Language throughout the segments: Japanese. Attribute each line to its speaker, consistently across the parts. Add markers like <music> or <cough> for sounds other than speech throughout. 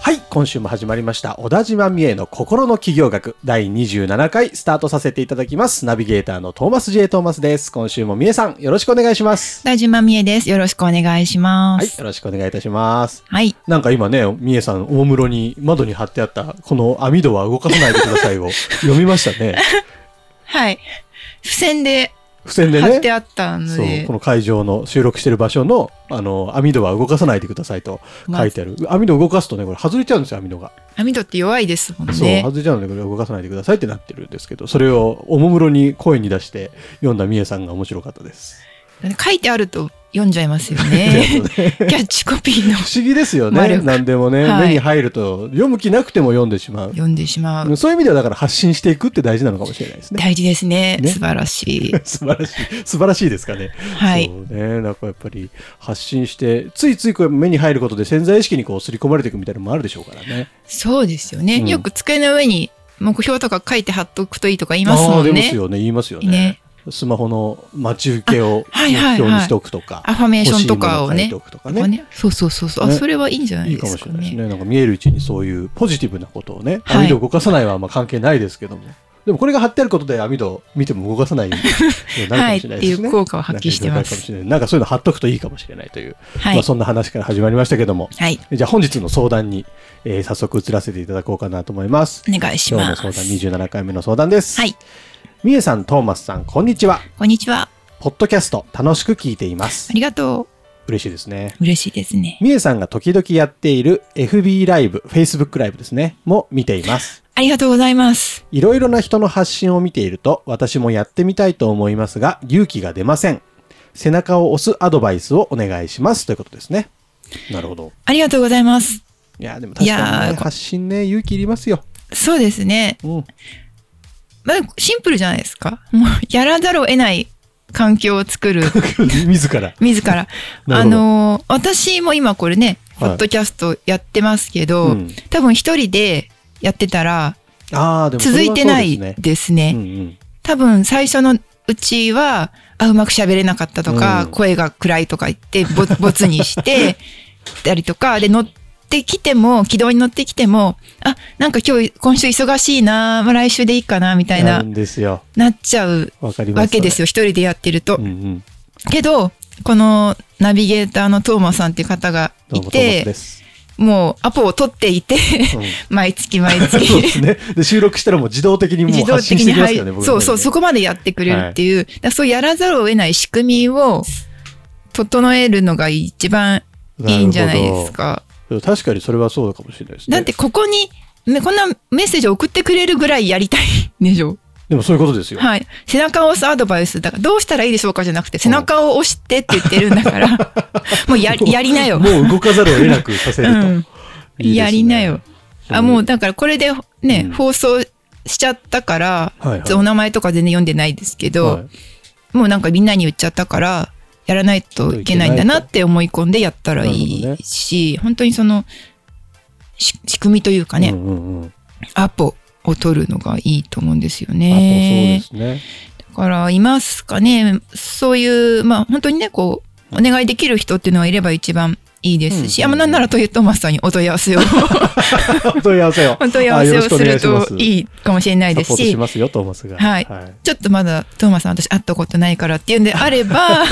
Speaker 1: はい、今週も始まりました。小田島美恵の心の企業学第27回スタートさせていただきます。ナビゲーターのトーマス J. トーマスです。今週も美恵さん、よろしくお願いします。
Speaker 2: 田島美恵です。よろしくお願いしま
Speaker 1: はい、
Speaker 2: す。
Speaker 1: よろしくお願いいたします。
Speaker 2: はい。
Speaker 1: なんか今ね、美恵さん、大室に窓に貼ってあった、この網戸は動かさないでください
Speaker 2: <laughs>
Speaker 1: を読みましたね。
Speaker 2: はい。付箋で
Speaker 1: 付箋で
Speaker 2: 貼って
Speaker 1: ね。
Speaker 2: あったの
Speaker 1: そう
Speaker 2: で、
Speaker 1: この会場の収録してる場所のあの網戸は動かさないでくださいと書いてある、網戸動かすとねこれ外れちゃうんですよ網戸が
Speaker 2: 網戸って弱いですもん
Speaker 1: そう、
Speaker 2: ね。
Speaker 1: 外れちゃうのでこれ動かさないでくださいってなってるんですけど、それをおもむろに声に出して読んだみえさんが面白かった <laughs> です。
Speaker 2: 書いてあると読んじゃいますよ
Speaker 1: ちょ <laughs>
Speaker 2: <laughs> ね。
Speaker 1: っとね
Speaker 2: キャッチコピーの
Speaker 1: 不思議です <laughs> よ
Speaker 2: 魔
Speaker 1: ね。
Speaker 2: 力
Speaker 1: 何でもね、
Speaker 2: はい
Speaker 1: 目に入ると読む気なくても読んでしまう。
Speaker 2: 読んでしまう。
Speaker 1: そういう意味ではだから発信していくって大事なのかもしれないです <laughs> ね。
Speaker 2: 大事ですね。
Speaker 1: ね
Speaker 2: 素晴らしい。
Speaker 1: 素晴らしい。素晴らしいですかね。
Speaker 2: はい。
Speaker 1: そうね。なんかやっぱり発信して、ついついこう目に入ることで潜在意識にこう刷り込まれていくみたいなのもあるでしょうからね。
Speaker 2: そうですよね。
Speaker 1: うん
Speaker 2: よく机の上に目標とか書いて貼っとくといいとか言い
Speaker 1: あ
Speaker 2: ますも
Speaker 1: あー出
Speaker 2: ん
Speaker 1: ます
Speaker 2: ね。
Speaker 1: よね。言いますよね。
Speaker 2: ね
Speaker 1: スマホの待ち受けを
Speaker 2: あは
Speaker 1: 目
Speaker 2: いはいはい
Speaker 1: 標にしておくとか。
Speaker 2: アファメーションとかを
Speaker 1: 欲しいものを書い
Speaker 2: ね
Speaker 1: てお。くとか
Speaker 2: とか
Speaker 1: ね。
Speaker 2: ねそうそうそうそう。あ、
Speaker 1: ね
Speaker 2: それはいいんじゃない
Speaker 1: いい
Speaker 2: で
Speaker 1: かも
Speaker 2: す
Speaker 1: し
Speaker 2: か
Speaker 1: れないです
Speaker 2: ね。
Speaker 1: ね。なんか見えるうちにそういうポジティブなことをね、
Speaker 2: はい
Speaker 1: 網戸を動かさないはあんま関係ないですけども。でもこれが貼ってあることで網戸を見ても動かさないようになるかもしれないですね。
Speaker 2: はいっていう効果を発揮してます
Speaker 1: なんかそういうのがあるかもしれないなんかそういうの貼っとくといいかもしれないという、ま
Speaker 2: は
Speaker 1: あ
Speaker 2: い。
Speaker 1: そんな話から始まりましたけども。
Speaker 2: はい。
Speaker 1: じゃあ本日の相談に、えー早速移らせていただこうかなと思います。
Speaker 2: お願いし
Speaker 1: 今日
Speaker 2: ま
Speaker 1: の
Speaker 2: す。
Speaker 1: 相談27回目の相談です。
Speaker 2: はい。
Speaker 1: みえさん、トーマスさん、こんにちは。
Speaker 2: こんにちは。
Speaker 1: ポッドキャスト楽しく聞いています
Speaker 2: あ。りがとう。
Speaker 1: 嬉しいですね。
Speaker 2: 嬉しいですね。
Speaker 1: みえさんが時々やっている FB ライブ、Facebook ライブですね、も見ています。
Speaker 2: ありがとうございます。
Speaker 1: いろいろな人の発信を見ていると、私もやってみたいと思いますが、勇気が出ません。背中を押すアドバイスをお願いします。ということですね。なるほど。
Speaker 2: ありがとうございます。
Speaker 1: いや、でも確か
Speaker 2: い
Speaker 1: に、
Speaker 2: や
Speaker 1: ね、
Speaker 2: ーこ
Speaker 1: 発信ね、勇気いりますよ。
Speaker 2: そうですね。
Speaker 1: うん。
Speaker 2: まあ、シンプルじゃないですか。もう、やらざるを得ない環境を
Speaker 1: <laughs>
Speaker 2: 作る、
Speaker 1: <laughs> 自
Speaker 2: <laughs>
Speaker 1: ら。
Speaker 2: 自ら。
Speaker 1: なる
Speaker 2: あ
Speaker 1: ほど
Speaker 2: のー私も今これね、ポ
Speaker 1: はい
Speaker 2: ッドキャストやってますけど、
Speaker 1: うん、
Speaker 2: 多分一人でやってたら、
Speaker 1: ああ、でもそれはそ
Speaker 2: 続いう
Speaker 1: で
Speaker 2: て
Speaker 1: す
Speaker 2: ない
Speaker 1: ね。
Speaker 2: ですね。
Speaker 1: うんうん。
Speaker 2: 多分最初のうちは、あ、うまく喋れなかったとか、
Speaker 1: うん
Speaker 2: 声が暗いとか言って、ぼ、 <laughs> ボツにして、たりとか、で、乗ってきても、軌道に乗ってきても、あ、なんか今日、今週忙しいな、まあ来週でいいかな、みたい
Speaker 1: な
Speaker 2: な、
Speaker 1: んですよ。
Speaker 2: なっちゃう
Speaker 1: わかります。
Speaker 2: わけです
Speaker 1: よ。
Speaker 2: よ、一人でやってると。
Speaker 1: うんうん。
Speaker 2: けど、このナビゲーターのトーマさんっていう方が
Speaker 1: どう
Speaker 2: い
Speaker 1: も、トーマスで
Speaker 2: て、
Speaker 1: す。
Speaker 2: もうアポを取っていて、 <laughs>
Speaker 1: うん
Speaker 2: 毎月毎
Speaker 1: そうで
Speaker 2: 月。
Speaker 1: すね。で、収録したらもう自動的にもう
Speaker 2: 自動
Speaker 1: 発信
Speaker 2: 的
Speaker 1: して
Speaker 2: に
Speaker 1: きま
Speaker 2: は
Speaker 1: す
Speaker 2: い
Speaker 1: よね、僕
Speaker 2: そうそう、そ
Speaker 1: こ。
Speaker 2: こまでやってくれるっていう、だからそうやらざるを得ない仕組みを整えるのが一番いいんじゃないですか。
Speaker 1: 確かにそれはそうかもしれないですね。
Speaker 2: だってここに、ねこんなメッセージを送ってくれるぐらいやりたいんでしょ。
Speaker 1: でもそういうことですよ。
Speaker 2: はい。背中を押すアドバイス。だからどうしたらいいでしょうかじゃなくて、背中を押してって言ってるんだから、
Speaker 1: <laughs>
Speaker 2: もうやりやりなよ。
Speaker 1: もう動かざるを得なくさせると。
Speaker 2: うん
Speaker 1: いいですね
Speaker 2: やりなよ。あ、もう
Speaker 1: だ。
Speaker 2: だからこれでね、
Speaker 1: うん
Speaker 2: 放送しちゃったから、
Speaker 1: はいはい
Speaker 2: お名前とか全然読んでないですけど、
Speaker 1: はい
Speaker 2: もうなんかみんなに言っちゃったから、やらないといけないんだなって思い込んでやったらい
Speaker 1: なるほどね
Speaker 2: いし、本当にその、し仕組みというかね、
Speaker 1: うんうんうん。
Speaker 2: アポを取るのがいいと思うんですよ
Speaker 1: あとそうで
Speaker 2: ね。
Speaker 1: すね。 <laughs>
Speaker 2: だから、いますかね、そういう、まあ本当にね、こう、お願いできる人っていうのがいれば一番いいですし、
Speaker 1: うんうんうん
Speaker 2: あ、まあなんならトイトーマスさんにお問い合わ
Speaker 1: <laughs>
Speaker 2: せを、
Speaker 1: お問い合わせを。
Speaker 2: お問い合わ
Speaker 1: あ
Speaker 2: せ
Speaker 1: よろ
Speaker 2: を
Speaker 1: しくお
Speaker 2: す
Speaker 1: 願い
Speaker 2: る
Speaker 1: しま
Speaker 2: といいかもしれないで
Speaker 1: サ
Speaker 2: す
Speaker 1: ポート
Speaker 2: し
Speaker 1: し、ますよ、トーマスが。
Speaker 2: はいちょっとまだトーマさん私会ったことないからっていうんであ
Speaker 1: <laughs>
Speaker 2: れば、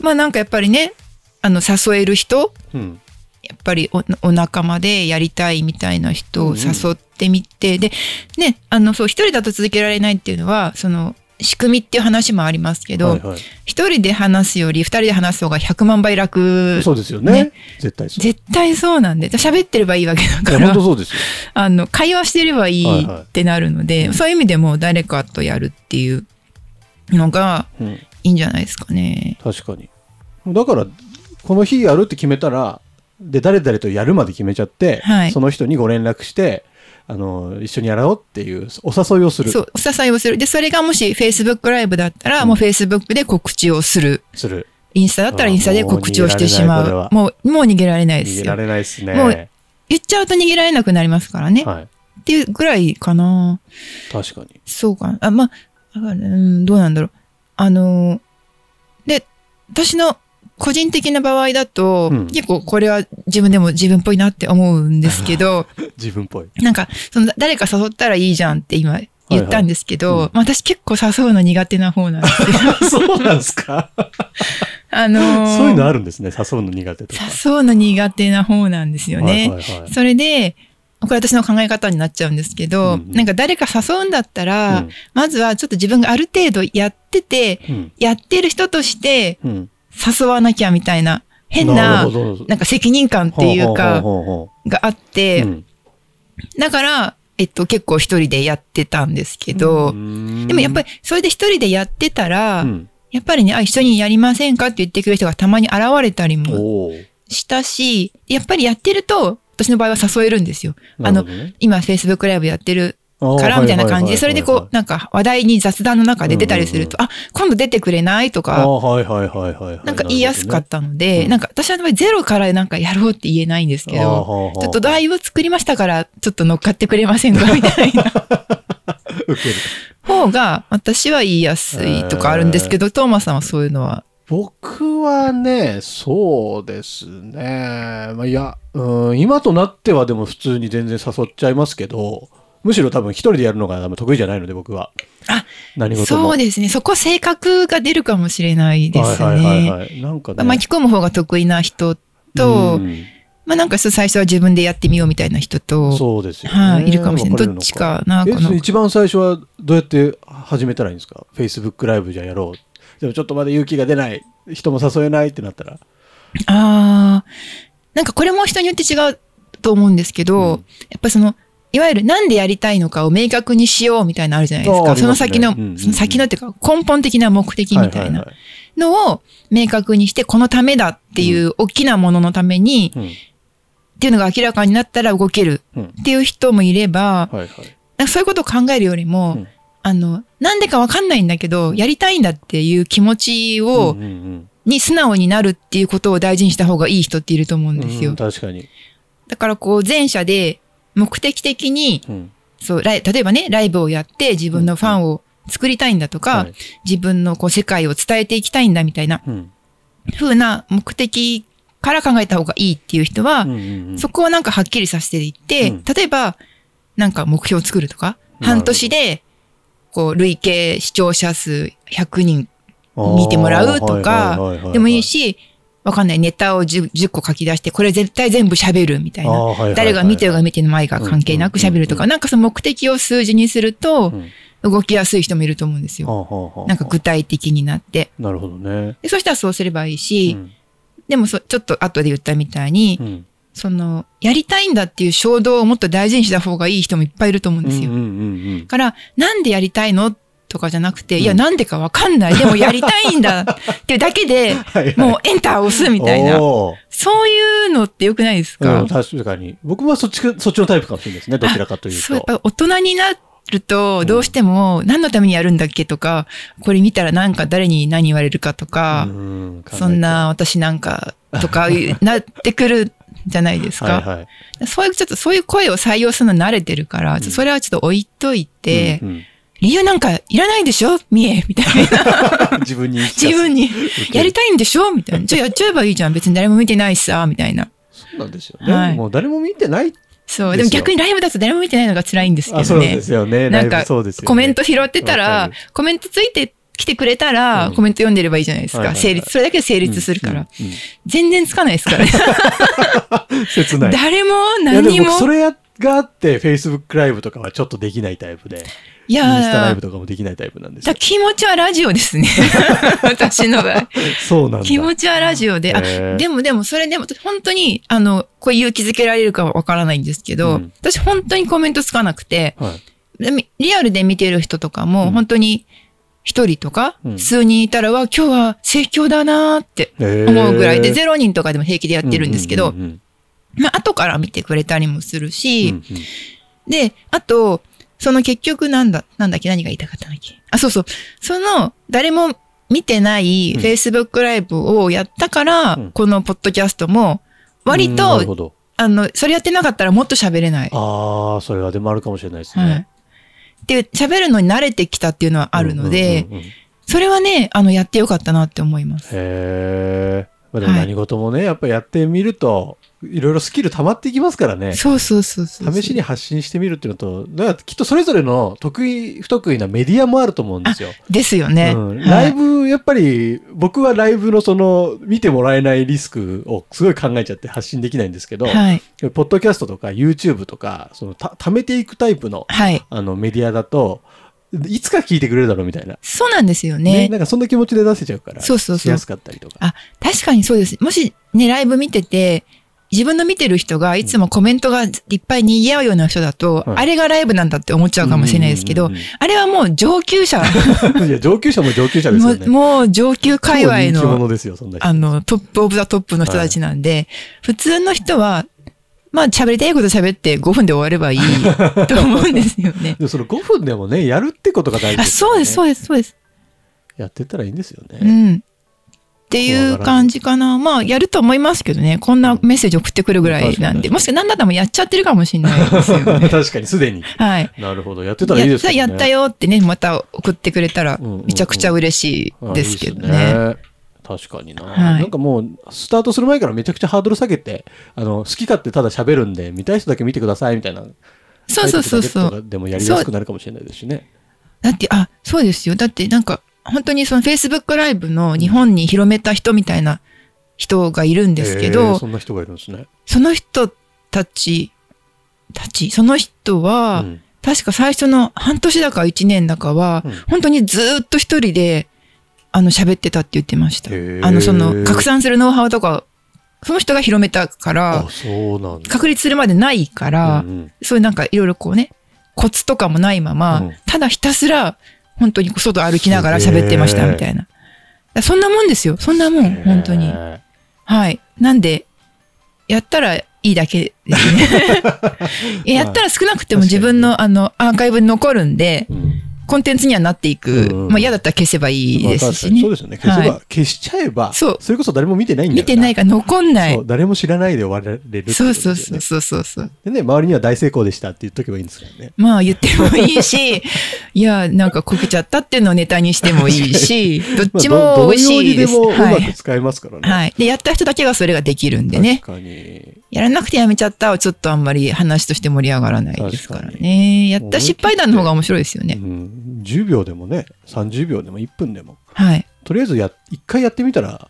Speaker 2: まあなんかやっぱりね、あの誘える人、
Speaker 1: うん。
Speaker 2: やっぱりおお仲間でやりたいみたいな人を誘ってみて、で、ね、あのそう一人だと続けられないっていうのは、その仕組みっていう話もありますけど、
Speaker 1: はいはい
Speaker 2: 一人で話すより二人で話す方が100万倍楽。
Speaker 1: そうですよね
Speaker 2: ね。
Speaker 1: 絶対そう。
Speaker 2: 絶対そうなんで、喋ってればいいわけだ
Speaker 1: い
Speaker 2: か
Speaker 1: や本
Speaker 2: ら
Speaker 1: 当、そうですよ。
Speaker 2: あの、会話してればい
Speaker 1: はい
Speaker 2: い
Speaker 1: はい
Speaker 2: ってなるので、そういう意味でも誰かとやるっていうのが、
Speaker 1: うん。
Speaker 2: いいんじゃないですかね。
Speaker 1: 確かに。だから、この日やるって決めたら、で、誰々とやるまで決めちゃって、
Speaker 2: はい
Speaker 1: その人にご連絡して、あの、一緒にやろうっていうお誘いをする。
Speaker 2: そう、お支えをする。で、それがもし Facebook ライブだったら、
Speaker 1: うん
Speaker 2: もう Facebook で告知をする。
Speaker 1: する。
Speaker 2: インスタだったらインスタで告知をしてし
Speaker 1: あーもう逃げられない
Speaker 2: まう。もう、もう逃げられないで
Speaker 1: 逃げ
Speaker 2: す
Speaker 1: ら
Speaker 2: よ。
Speaker 1: れないですね。
Speaker 2: もう言っちゃうと逃げられなくなりますからね。
Speaker 1: はい。
Speaker 2: っていうぐらいかな。
Speaker 1: 確かに。
Speaker 2: そうかな。あ、まあ、だからうん、どうなんだろう。あのー、で、私の個人的な場合だと、
Speaker 1: うん
Speaker 2: 結構これは自分でも自分っぽいなって思うんですけ
Speaker 1: <laughs>
Speaker 2: ど、
Speaker 1: 自分っ
Speaker 2: <laughs>
Speaker 1: ぽい。
Speaker 2: なんか、その、誰か誘ったらいいじゃんって今言ったんですけど、
Speaker 1: はいはい
Speaker 2: まあ私結構誘うの苦手な方なんです
Speaker 1: <laughs>
Speaker 2: よ。
Speaker 1: そうなんですか
Speaker 2: あのー
Speaker 1: そういうのあるんですね。誘うの苦手とか。
Speaker 2: 誘うの苦手な方なんですよね。
Speaker 1: はいはいはい
Speaker 2: それで、これ私の考え方になっちゃうんですけど、
Speaker 1: うんうん
Speaker 2: なんか誰か誘うんだったら、
Speaker 1: うん
Speaker 2: まずはちょっと自分がある程度やってて、
Speaker 1: うん
Speaker 2: やってる人として
Speaker 1: うん
Speaker 2: 誘わなきゃみたいな、変な、
Speaker 1: な
Speaker 2: な
Speaker 1: るほど
Speaker 2: んか責任感っていう
Speaker 1: ほうほ
Speaker 2: か、
Speaker 1: うほうほ
Speaker 2: があっ
Speaker 1: う
Speaker 2: て、
Speaker 1: うん
Speaker 2: だから、えっと結構一人でやってたんですけど、でもやっぱ
Speaker 1: り、
Speaker 2: りそれで一人でやってたら、
Speaker 1: うん
Speaker 2: やっぱりね、あ一緒にやりませんかって言ってくれる人がたまに現れたりも
Speaker 1: おー
Speaker 2: したし、やっぱりやってると、私の場合は誘えるんですよ。
Speaker 1: な
Speaker 2: あ
Speaker 1: る
Speaker 2: の
Speaker 1: ほ、どね
Speaker 2: 今 Facebook ライブやってる
Speaker 1: あー
Speaker 2: からみたいな感じで、そ
Speaker 1: は
Speaker 2: れ
Speaker 1: いはい
Speaker 2: で
Speaker 1: はいはい
Speaker 2: こう、なんか話題に雑談の中で出たりすると、あ、今度出てくれないと
Speaker 1: あ
Speaker 2: か、
Speaker 1: ーはいはいはいはいはい。
Speaker 2: なんか言いやすかったの
Speaker 1: ね
Speaker 2: で、
Speaker 1: うん
Speaker 2: なんか私の場合ゼロからなんかやろうって言えないんですけ
Speaker 1: あーは
Speaker 2: ど、
Speaker 1: ーはー
Speaker 2: ちょっと台を作りましたから、ちょっと乗っかってくれませんかみたいな
Speaker 1: ウケる
Speaker 2: 方が、私は言いやすいとかあるんですけど、トーマスさんはそういうのは。
Speaker 1: 僕はね、そうですね。まあ、いや、うん、今となってはでも普通に全然誘っちゃいますけど、むしろ多分一人でやるのが多分得意じゃないので僕は。
Speaker 2: あ、
Speaker 1: 何事も。
Speaker 2: そうですね。そこ性格が出るかもしれないです
Speaker 1: はいはいはい
Speaker 2: ね。
Speaker 1: はい。なんかね。
Speaker 2: 巻き込む方が得意な人と
Speaker 1: う、ん
Speaker 2: まあなんかそう最初は自分でやってみようみたいな人と、
Speaker 1: そうですよ、ね。
Speaker 2: はい、いるかもしれな
Speaker 1: 分
Speaker 2: い。ど
Speaker 1: れるの
Speaker 2: っち。かな、
Speaker 1: え
Speaker 2: この。
Speaker 1: 一番最初はどうやって始めたらいいんですか ?Facebook ライブじゃやろう。でもちょっとまだ勇気が出ない。人も誘えないってなったら。
Speaker 2: ああ。なんかこれも人によって違うと思うんですけど、
Speaker 1: うん
Speaker 2: やっぱその、いわゆるなんでやりたいのかを明確にしようみたいなのあるじゃないです
Speaker 1: あーあ
Speaker 2: か。
Speaker 1: り
Speaker 2: そ
Speaker 1: ま
Speaker 2: の
Speaker 1: すね
Speaker 2: 先の、
Speaker 1: うんうんうん
Speaker 2: その先のっていうか根本的な目的みたいな
Speaker 1: は
Speaker 2: のを明確にして、このためだっていう大きなもののために、
Speaker 1: いはいはい。
Speaker 2: っていうのが明らかになったら動ける
Speaker 1: うん。うん。
Speaker 2: っていう人もいれば、
Speaker 1: はいはい。
Speaker 2: なんかそういうことを考えるよりも、
Speaker 1: うん
Speaker 2: あの、なんでかわかんないんだけど、やりたいんだっていう気持ちを、
Speaker 1: うんうんうん
Speaker 2: に素直になるっていうことを大事にした方がいい人っていると思うんですよ。
Speaker 1: うん確かに。
Speaker 2: だからこう前者で目的的に、
Speaker 1: うん。
Speaker 2: そう、ライ例えばね、ライブをやって自分のファンを作りたいんだとか、
Speaker 1: はい
Speaker 2: 自分のこう世界を伝えていきたいんだみたいな
Speaker 1: うん
Speaker 2: 風な目的から考えた方がいいっていう人は、
Speaker 1: うんうんうん
Speaker 2: そこをなんかはっきりさせていって、
Speaker 1: うん
Speaker 2: 例えば、なんか目標を作るとか、
Speaker 1: なるほど
Speaker 2: 半年で、こう、累計視聴者数100人
Speaker 1: あー
Speaker 2: 見てもらうとか
Speaker 1: はいはいはいはい
Speaker 2: でもいいし、わかんない。ネタを 10, 10個書き出して、これ絶対全部喋るみたいな。
Speaker 1: あーはいはいはい
Speaker 2: 誰が見てるか見てないか関係なく喋ると
Speaker 1: う
Speaker 2: か、なんかその目的を数字にする
Speaker 1: う
Speaker 2: と、
Speaker 1: ん
Speaker 2: 動きやすい人もいると思うんです
Speaker 1: はあ
Speaker 2: よ。
Speaker 1: はあはあ
Speaker 2: なんか具体的になって。
Speaker 1: なるほどね。
Speaker 2: でそしたらそうすればいいうし、
Speaker 1: ん
Speaker 2: でもそちょっと後で言ったみたいに、
Speaker 1: うん
Speaker 2: その、やりたいんだっていう衝動をもっと大事にした方がいい人もいっぱいいると思うん
Speaker 1: うん
Speaker 2: ですよ。
Speaker 1: うんうん
Speaker 2: だから、なんでやりたいのとかじゃなくて、
Speaker 1: ん
Speaker 2: いや、なんでかわかんない。
Speaker 1: <laughs>
Speaker 2: でもやりたいんだっていうだけで、
Speaker 1: はいはい
Speaker 2: もうエンターを押すみたいな。
Speaker 1: おー
Speaker 2: そういうのって良くないです
Speaker 1: うん
Speaker 2: か
Speaker 1: 確かに。僕はそっちか、そっちのタイプかもしれないですね。どちらかというと。
Speaker 2: そう、やっぱり大人になると、どうしても、何のためにやるんだっけとか、これ見たらなんか誰に何言われるかとか、
Speaker 1: うん考えちゃう
Speaker 2: そんな私なんかと
Speaker 1: <laughs>
Speaker 2: かいうなってくるじゃないですか。
Speaker 1: はいはい。
Speaker 2: そういう、ちょっとそういう声を採用するの慣れてるから、ちょっとそれはちょっと置いといて、
Speaker 1: うん
Speaker 2: 理由なんかいらないでしょ
Speaker 1: <laughs>
Speaker 2: 見えみたいな。
Speaker 1: うん自分に言い聞かせ
Speaker 2: 自分に
Speaker 1: け、る
Speaker 2: やりたいんでしょみたいな。じゃあやっちゃえばいいじゃん。別に誰も見てないしさ、みたいな。
Speaker 1: そうなんですよ
Speaker 2: は
Speaker 1: ね。
Speaker 2: い
Speaker 1: もう誰も見てない。
Speaker 2: そう。
Speaker 1: で
Speaker 2: です
Speaker 1: よ
Speaker 2: も逆にライブだと誰も見てないのが辛いんですけど
Speaker 1: あ、
Speaker 2: ね。
Speaker 1: そうですよね。
Speaker 2: な
Speaker 1: ライ
Speaker 2: んか
Speaker 1: ブそうですよね
Speaker 2: コメント拾ってた
Speaker 1: わからる、
Speaker 2: コメントついてきてくれたら、
Speaker 1: うん
Speaker 2: コメント読んでればいいじゃないです
Speaker 1: はいはい
Speaker 2: か。
Speaker 1: はい
Speaker 2: 成立、それだけで成立するから。
Speaker 1: うんうん
Speaker 2: 全然つかないですからね。
Speaker 1: うん切ない。
Speaker 2: 誰も
Speaker 1: いやで
Speaker 2: 何
Speaker 1: も
Speaker 2: も。
Speaker 1: 僕それがあって、Facebook ライブとかはちょっとできないタイプで、
Speaker 2: い
Speaker 1: インスタライ
Speaker 2: や
Speaker 1: ブとかもできないタイプなんです
Speaker 2: だ
Speaker 1: よ。
Speaker 2: 気持ちはラジオですね。 <laughs> 私の場合。
Speaker 1: そうなんだ。
Speaker 2: 気持ちはラジオで。あ
Speaker 1: へー
Speaker 2: でもでも、それでも、本当に、あの、こう勇気づけられるかはわからないんですけど、
Speaker 1: うん
Speaker 2: 私本当にコメントつかなくて、
Speaker 1: はい。
Speaker 2: でみリアルで見てる人とか
Speaker 1: う
Speaker 2: も、
Speaker 1: ん
Speaker 2: 本当に一人とか
Speaker 1: う、ん
Speaker 2: 数人いたらは、今日は盛況だなーって思うぐらいで、0人とかでも平気でやってるんですけど
Speaker 1: うんう、んうんうん
Speaker 2: まあ、後から見てくれたりもするし、
Speaker 1: うんうん
Speaker 2: で、あと、その結局なんだ、なんだっけ、何が言いたかったんだっけ。あ、そうそう。その、誰も見てない
Speaker 1: うん
Speaker 2: Facebook ライブをやったから、
Speaker 1: うん
Speaker 2: このポッドキャストも、割
Speaker 1: うんなる
Speaker 2: と、
Speaker 1: ほど。
Speaker 2: あの、それやってなかったらもっと喋れない。
Speaker 1: ああ、それはでもあるかもしれないですね。
Speaker 2: はい。で、喋るのに慣れてきたっていうのはあるので、
Speaker 1: うんうんうんうん
Speaker 2: それはね、あの、やってよかったなって思います。
Speaker 1: へえ。まあ、でも
Speaker 2: はい
Speaker 1: 何事もね、やっぱやってみると、いろいろスキル溜まっていきますからね。
Speaker 2: そうそうそうそう。
Speaker 1: 試しに発信してみるっていうのと、だからきっとそれぞれの得意、不得意なメディアもあると思うんですよ。
Speaker 2: ですよね。
Speaker 1: うん、
Speaker 2: はい
Speaker 1: ライブ、やっぱり僕はライブのその見てもらえないリスクをすごい考えちゃって発信できないんですけど、
Speaker 2: はい。
Speaker 1: ポッドキャストとか YouTube とか、そのた貯めていくタイプの
Speaker 2: はい。
Speaker 1: あのメディアだと、いつか聞いてくれるだろうみたいな。
Speaker 2: そうなんですよ
Speaker 1: ね
Speaker 2: ね。
Speaker 1: なんかそんな気持ちで出せちゃうから、
Speaker 2: そうそうそう
Speaker 1: しやすかったりとか。
Speaker 2: 確かにそうです。もしね、ライブ見てて、自分の見てる人がいつもコメントがいっぱいにぎわうような人だ
Speaker 1: はい
Speaker 2: と、あれがライブなんだって思っちゃうかもしれないですけど、
Speaker 1: うんうんうん
Speaker 2: あれはもう上
Speaker 1: <laughs>
Speaker 2: 級者、
Speaker 1: いや、上級者も上級者です
Speaker 2: も
Speaker 1: よ
Speaker 2: う
Speaker 1: ね。
Speaker 2: もう上級界隈
Speaker 1: 超人気
Speaker 2: の
Speaker 1: 者ですよ、そんな人。
Speaker 2: あのトップオブザトップの人たちなんで、普通の人は、まあ喋りたいこと喋って5分で終わればいいと思うんですよ
Speaker 1: <laughs>
Speaker 2: ね。
Speaker 1: でもその5分でもね、やるってことが大事
Speaker 2: あ、そうです、そう
Speaker 1: う
Speaker 2: です、そうです。
Speaker 1: やってったらいいんですよね。
Speaker 2: うん。っていう感じかな。まあ、やると思いますけどね。こんなメッセージ送ってくるぐらいなんで。
Speaker 1: うん
Speaker 2: もしか何だったらもうやっちゃってるかもしれないですよ
Speaker 1: <laughs>
Speaker 2: ね。
Speaker 1: 確かに、すでに。
Speaker 2: はい。
Speaker 1: なるほど。やってたらいいです
Speaker 2: や
Speaker 1: よね。
Speaker 2: やったよってね、また送ってくれたら
Speaker 1: うんうんうん、
Speaker 2: めちゃくちゃ嬉し
Speaker 1: あ。
Speaker 2: いですけどね。
Speaker 1: いいですね確かにな、
Speaker 2: は
Speaker 1: な
Speaker 2: い
Speaker 1: んかもう、スタートする前からめちゃくちゃハードル下げて、あの、好き勝手ただ喋るんで、見たい人だけ見てくださいみたいな。
Speaker 2: そうそうそうそ
Speaker 1: 書いてくだけ
Speaker 2: う。
Speaker 1: とかでもやりやすくなるかもしれないですしね。
Speaker 2: だって、あ、そうですよ。だってなんか、本当にその Facebook ライブの日本に広めた人みたいな人がいるんですけ
Speaker 1: へ
Speaker 2: ど、
Speaker 1: ーそんな人がいるんですね。
Speaker 2: その人たち、たち、その人は、
Speaker 1: うん
Speaker 2: 確か最初の半年だか一年だかは、
Speaker 1: うん
Speaker 2: 本当にずーっと一人で、あの、喋ってたって言ってました
Speaker 1: へ。ー
Speaker 2: あの、その、拡散するノウハウとか、その人が広めたから
Speaker 1: あ、、そうなんだ。
Speaker 2: 確立するまでないから、
Speaker 1: うんうん
Speaker 2: そういうなんかいろいろこうね、コツとかもないまま、
Speaker 1: うん
Speaker 2: ただひたすら、本当に外歩きながら喋ってましたみたいな。だからそんなもんですよ。そんなもん、本当に
Speaker 1: へ。ー
Speaker 2: はい。なんで、やったらいいだけで
Speaker 1: <laughs>
Speaker 2: すね。いややったら少なくても自分のあのアーカイブに残るんで、
Speaker 1: うん
Speaker 2: コンテンツにはなっていく。
Speaker 1: うん
Speaker 2: まあ嫌だったら消せばいいです
Speaker 1: まあ確か
Speaker 2: し
Speaker 1: にそう
Speaker 2: ね
Speaker 1: で。すよね。消せば、
Speaker 2: は
Speaker 1: 消しちゃえば、
Speaker 2: そう
Speaker 1: れこそ誰も見てないんだ
Speaker 2: 見てない
Speaker 1: か
Speaker 2: から残んな
Speaker 1: ら。
Speaker 2: い
Speaker 1: そう、。誰も知らないで終われるってことですよ
Speaker 2: そう
Speaker 1: ね。
Speaker 2: そうそうそうそうそう。
Speaker 1: でね、周りには大成功でしたって言っとけばいいんですからね。
Speaker 2: まあ言ってもいい
Speaker 1: <laughs>
Speaker 2: し、いや、なんかこけちゃったっていうのをネタにしてもいいし、どっち
Speaker 1: <laughs> まあど
Speaker 2: も美味しいです。
Speaker 1: どのようにでも
Speaker 2: は
Speaker 1: うまく
Speaker 2: い。
Speaker 1: 使えますからね。
Speaker 2: はい。で、やった人だけがそれができるんでね。
Speaker 1: 確かに。
Speaker 2: やらなくてやめちゃったはちょっとあんまり話として盛り上がらないですからね。やった失敗談の方が面白いですよ
Speaker 1: う
Speaker 2: ね。
Speaker 1: ん、10秒でもね、30秒でも1分でも、
Speaker 2: はい。
Speaker 1: とりあえずや、一回やってみたら、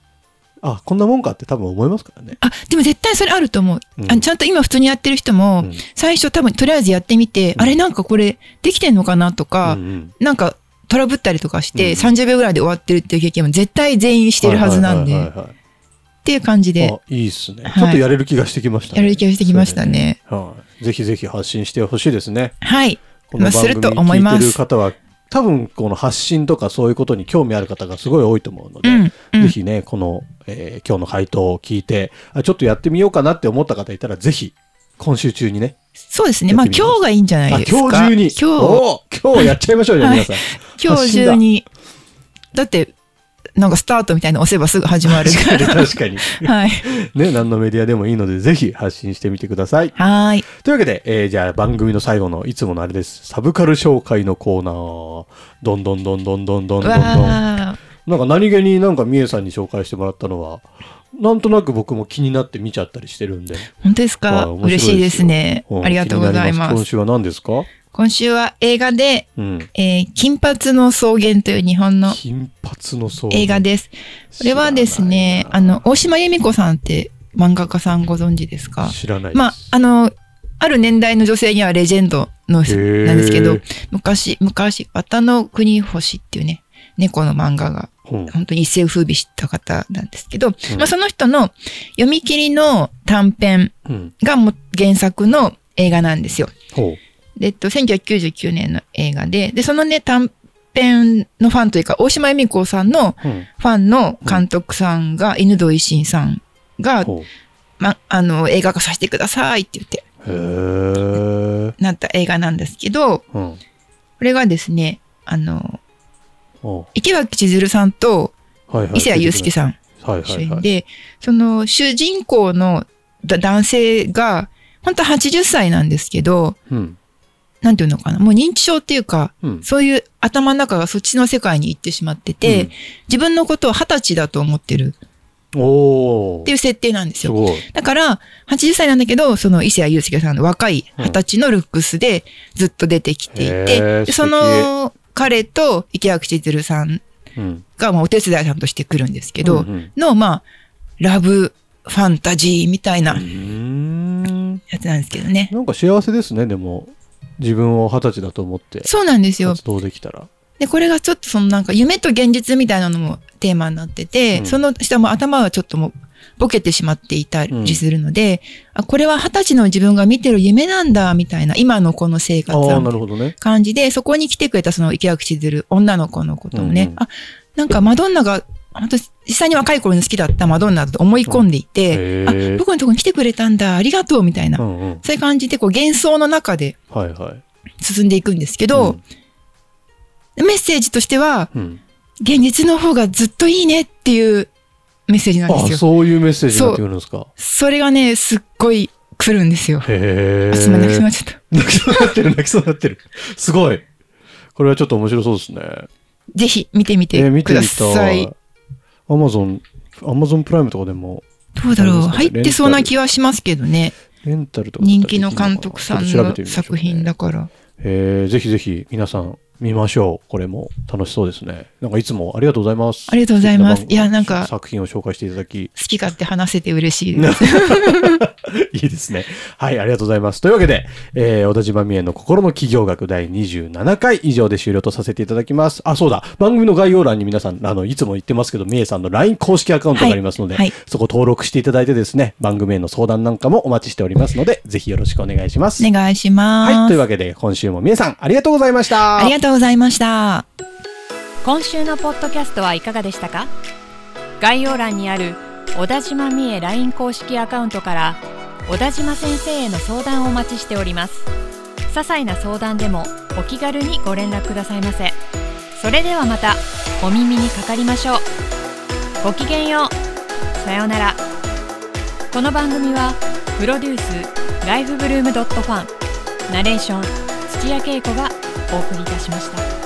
Speaker 1: あ、こんなもんかって多分思いますからね。
Speaker 2: あ、でも絶対それあると思う。
Speaker 1: うん
Speaker 2: あちゃんと今普通にやってる人
Speaker 1: う
Speaker 2: も、
Speaker 1: ん
Speaker 2: 最初多分とりあえずやってみて、
Speaker 1: うん
Speaker 2: あれなんかこれできてんのかなとか、
Speaker 1: うんうん
Speaker 2: なんかトラブったりとかして、
Speaker 1: うん
Speaker 2: 30秒ぐらいで終わってるっていう経験も絶対全員してるはずなんで、
Speaker 1: はいはいはいはい
Speaker 2: っていう感じで
Speaker 1: あいいっすね、
Speaker 2: はい
Speaker 1: ちょっとやれる気がしてきましたね。
Speaker 2: やる気がしてきましたね。
Speaker 1: はい、ぜひぜひ発信してほしいですね。
Speaker 2: はい。
Speaker 1: この
Speaker 2: まあ
Speaker 1: 番
Speaker 2: す
Speaker 1: 組
Speaker 2: ると思いま
Speaker 1: 聞
Speaker 2: す
Speaker 1: いてる方は、多分この発信とかそういうことに興味ある方がすごい多いと思うので、
Speaker 2: うんうん
Speaker 1: ぜひね、この、えー今日の回答を聞いてあ、ちょっとやってみようかなって思った方いたら、ぜひ、今週中にね、
Speaker 2: そうですね。まあ
Speaker 1: やってみます
Speaker 2: 今日がいいんじゃ
Speaker 1: あ
Speaker 2: ないですか。
Speaker 1: 今日中に、
Speaker 2: 今
Speaker 1: おー今日やっちゃいましょうよ、
Speaker 2: はい
Speaker 1: 皆
Speaker 2: <laughs>
Speaker 1: さん。
Speaker 2: 日、今日中に。だって、なんかスタートみたいなの押せばすぐ始まるか
Speaker 1: <laughs> 確かに、確かに。
Speaker 2: ら。はい。
Speaker 1: ね、何のメディアでもいいので、ぜひ発信してみてください。
Speaker 2: はーい。
Speaker 1: というわけで、えーじゃあ番組の最後のいつものあれです。サブカル紹介のコーナー。どんどんどんどんどんどんどんどん。なんか
Speaker 2: わー
Speaker 1: 何気になんかみえさんに紹介してもらったのは、なんとなく僕も気になって見ちゃったりしてるんで。
Speaker 2: 本当です
Speaker 1: はい
Speaker 2: か
Speaker 1: 面白い
Speaker 2: 嬉しいですね
Speaker 1: う。ん
Speaker 2: ありがとうござい
Speaker 1: 気にな
Speaker 2: ま
Speaker 1: り
Speaker 2: す
Speaker 1: 今。週は何ですか
Speaker 2: 今週は映画で、
Speaker 1: うん。
Speaker 2: えー金髪の草原という日本の
Speaker 1: 金髪の層。
Speaker 2: 映画です。これはですね、
Speaker 1: 知ら
Speaker 2: あ
Speaker 1: ないな
Speaker 2: の、大島由美子さんって漫画家さんご存知ですか
Speaker 1: 知らないです。
Speaker 2: まあ、あの、ある年代の女性にはレジェンドの人
Speaker 1: へー
Speaker 2: なんですけど、昔、昔、綿の国星っていうね、猫の漫画が、
Speaker 1: うん、
Speaker 2: 本当に一世を風靡した方なんですけど、まあその人の読み切りの短編
Speaker 1: うん。
Speaker 2: がもう原作の映画なんですよ。
Speaker 1: ほう。
Speaker 2: でえっと、1999年の映画で、で、そのね、短編のファンというか、大島由美子さんの
Speaker 1: うん。
Speaker 2: ファンの監督さんが、犬戸維新さんが、
Speaker 1: ほう。
Speaker 2: ま、あの、映画化させてくださいって言って、
Speaker 1: へえ。
Speaker 2: なった映画なんですけど、
Speaker 1: うん。
Speaker 2: これがですね、あの、
Speaker 1: お
Speaker 2: 池脇千鶴さんと
Speaker 1: はいはい。
Speaker 2: 伊勢谷友介
Speaker 1: ん。
Speaker 2: さん
Speaker 1: はいは
Speaker 2: 主
Speaker 1: いは
Speaker 2: 演
Speaker 1: い。
Speaker 2: で、その主人公のだ男性が、本当は80歳なんですけど、
Speaker 1: うん。
Speaker 2: なんていうのかな、もう認知症っていうか、
Speaker 1: うん。
Speaker 2: そういう頭の中がそっちの世界に行ってしまってて、
Speaker 1: うん
Speaker 2: 自分のことを二十歳だと思ってる
Speaker 1: おお。
Speaker 2: っていう設定なんです
Speaker 1: す
Speaker 2: よ。
Speaker 1: ごい。
Speaker 2: だから、80歳なんだけど、その伊勢谷友介さんの若い二十歳のルックスでずっと出てきていて、
Speaker 1: うんへー
Speaker 2: で
Speaker 1: 素
Speaker 2: そ
Speaker 1: 敵
Speaker 2: の彼と池脇千鶴さん
Speaker 1: うん。
Speaker 2: が、まあ、お手伝いさんとして来るんですけど、
Speaker 1: うんうん
Speaker 2: の、まあ、ラブファンタジーみたいうな
Speaker 1: ーん。
Speaker 2: やつなんですけどね。
Speaker 1: なんか幸せですね、でも。自分を二十歳だと思って
Speaker 2: そうなんですよ。
Speaker 1: 活動できたら。
Speaker 2: で、これがちょっとそのなんか夢と現実みたいなのもテーマになってて、
Speaker 1: うん
Speaker 2: その下も頭はちょっともうボケてしまっていたりするので、あ、これは二十歳の自分が見てる夢なんだ、みたいな、今のこの生活
Speaker 1: あ
Speaker 2: は
Speaker 1: あ、なるほどね。
Speaker 2: 感じで、そこに来てくれたその池脇千鶴、女の子のこともね、
Speaker 1: うんうん
Speaker 2: あ、なんかマドンナが、本当に実際に若い頃に好きだったマドンナだと思い込んでいて、
Speaker 1: うんへー
Speaker 2: あ、僕のとこに来てくれたんだ、ありがとう、みたいな、
Speaker 1: うんうん。
Speaker 2: そういう感じで、こう幻想の中で
Speaker 1: はいはい。
Speaker 2: 進んでいくんですけど、メッセージとしては、
Speaker 1: うん、うん。
Speaker 2: 現実の方がずっといいねっていうメッセージなんです
Speaker 1: あ、
Speaker 2: よ。そ
Speaker 1: そういうメッセージになってくるんですか。
Speaker 2: れがね、すっごい来るんですよ。
Speaker 1: へえ。
Speaker 2: あ、すまなくしまっちゃった。
Speaker 1: <laughs> 泣きそうになってる、泣きそうになってる。すごい。これはちょっと面白そうですね。
Speaker 2: ぜひ見てみて
Speaker 1: えー見
Speaker 2: く
Speaker 1: てみ
Speaker 2: ださ
Speaker 1: た
Speaker 2: い。
Speaker 1: い。アマゾン、アマゾンプライムとかでも、
Speaker 2: どうだろう。
Speaker 1: そうですね
Speaker 2: 入ってそうな気はしますけどね。
Speaker 1: レンタルとかだったらで
Speaker 2: 人
Speaker 1: き
Speaker 2: 気
Speaker 1: る
Speaker 2: の
Speaker 1: かな
Speaker 2: 監督さ
Speaker 1: ち
Speaker 2: ん
Speaker 1: ょっと調べ
Speaker 2: の
Speaker 1: てみましょう
Speaker 2: 作品だから。
Speaker 1: えーぜひぜひ皆さん見ましょう。これも楽しそうですね。なんかいつもありがとうございます。
Speaker 2: ありがとうございます
Speaker 1: 素敵番
Speaker 2: いやなんか
Speaker 1: 作品を紹介していただき、
Speaker 2: 好き勝手話せて嬉しいです。
Speaker 1: <laughs> いいですね。はい、ありがとうございます。というわけで、えー、小田島美恵の心の企業学第27回以上で終了とさせていただきます。あ、そうだ。番組の概要欄に皆さん、あの、いつも言ってますけど、美恵さんの LINE 公式アカウントがありますので、
Speaker 2: はいはい
Speaker 1: そこ登録していただいてですね、番組への相談なんかもお待ちしておりますので、ぜひよろしくお願いします。
Speaker 2: お願いします。
Speaker 1: はい、というわけで、今週も美恵さん、ありがとうございました。
Speaker 2: ありがとうございました。
Speaker 3: 今週のポッドキャストはいかがでしたか概要欄にある小田島美恵 LINE 公式アカウントから小田島先生への相談をお待ちしております些細な相談でもお気軽にご連絡くださいませそれではまたお耳にかかりましょうごきげんようさようならこの番組はプロデュースライフブルームドットファンナレーション土屋恵子がお送りいたしました